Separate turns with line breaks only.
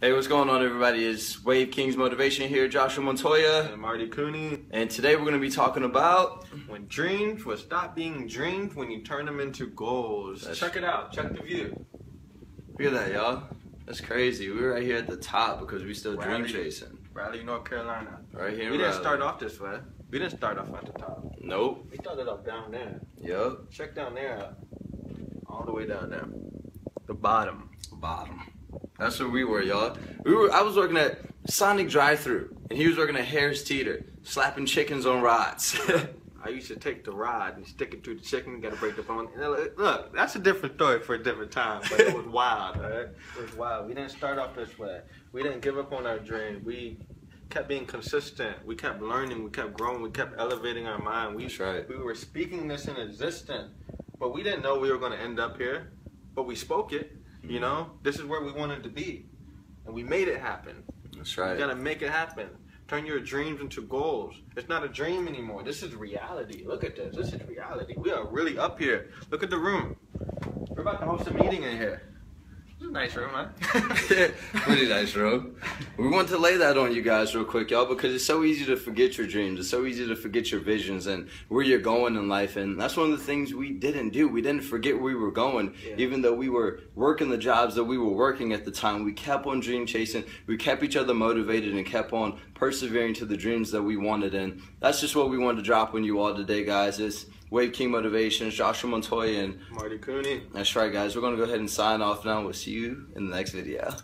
Hey, what's going on, everybody? It's Wave Kings Motivation here, Joshua Montoya,
I'm Marty Cooney.
and today we're going to be talking about.
When dreams will stop being dreams when you turn them into goals.
That's-
Check it out. Check the view.
Look at that, y'all. That's crazy. We're right here at the top because we still dream
Right.
chasing.
Raleigh, North Carolina.
Right
We
here.
didn't
Riley.
start off this way. We didn't start off at the top.
Nope.
We started off down there.
Yup.
Check down there. out. All the way down there. The bottom.
Bottom. That's where we were, y'all. We were. I was working at Sonic Drive Thru, and he was working at Harris Teeter, slapping chickens on rods.
I used to take the rod and stick it through the chicken. Got to break the bone. And look- Look, that's a different story for a different time. But it was wild, all right? It was wild. We didn't start off this way. We didn't give up on our dream. We kept being consistent. We kept learning. We kept growing. We kept elevating our mind. We
That's right.
we were speaking this in existence, but we didn't know we were going to end up here. But we spoke it. You know, this is where we wanted to be, and we made it happen.
That's
You
right.
gotta make it happen. Turn your dreams into goals. It's not a dream anymore. This is reality. Look at this. This is reality. We are really up here. Look at the room. We're about to host a meeting in here. This is a nice room, huh?
Pretty nice, bro. We want to lay that on you guys real quick, y'all, because it's so easy to forget your dreams. It's so easy to forget your visions and where you're going in life. And that's one of the things we didn't do. We didn't forget where we were going,
Yeah.
even though we were working the jobs that we were working at the time. We kept on dream chasing. We kept each other motivated and kept on persevering to the dreams that we wanted. And that's just what we wanted to drop on you all today, guys. It's Wave King Motivations, Joshua Montoya, and
Marty Cooney.
that's right, guys. We're gonna go ahead and sign off now. We'll see you in the next video.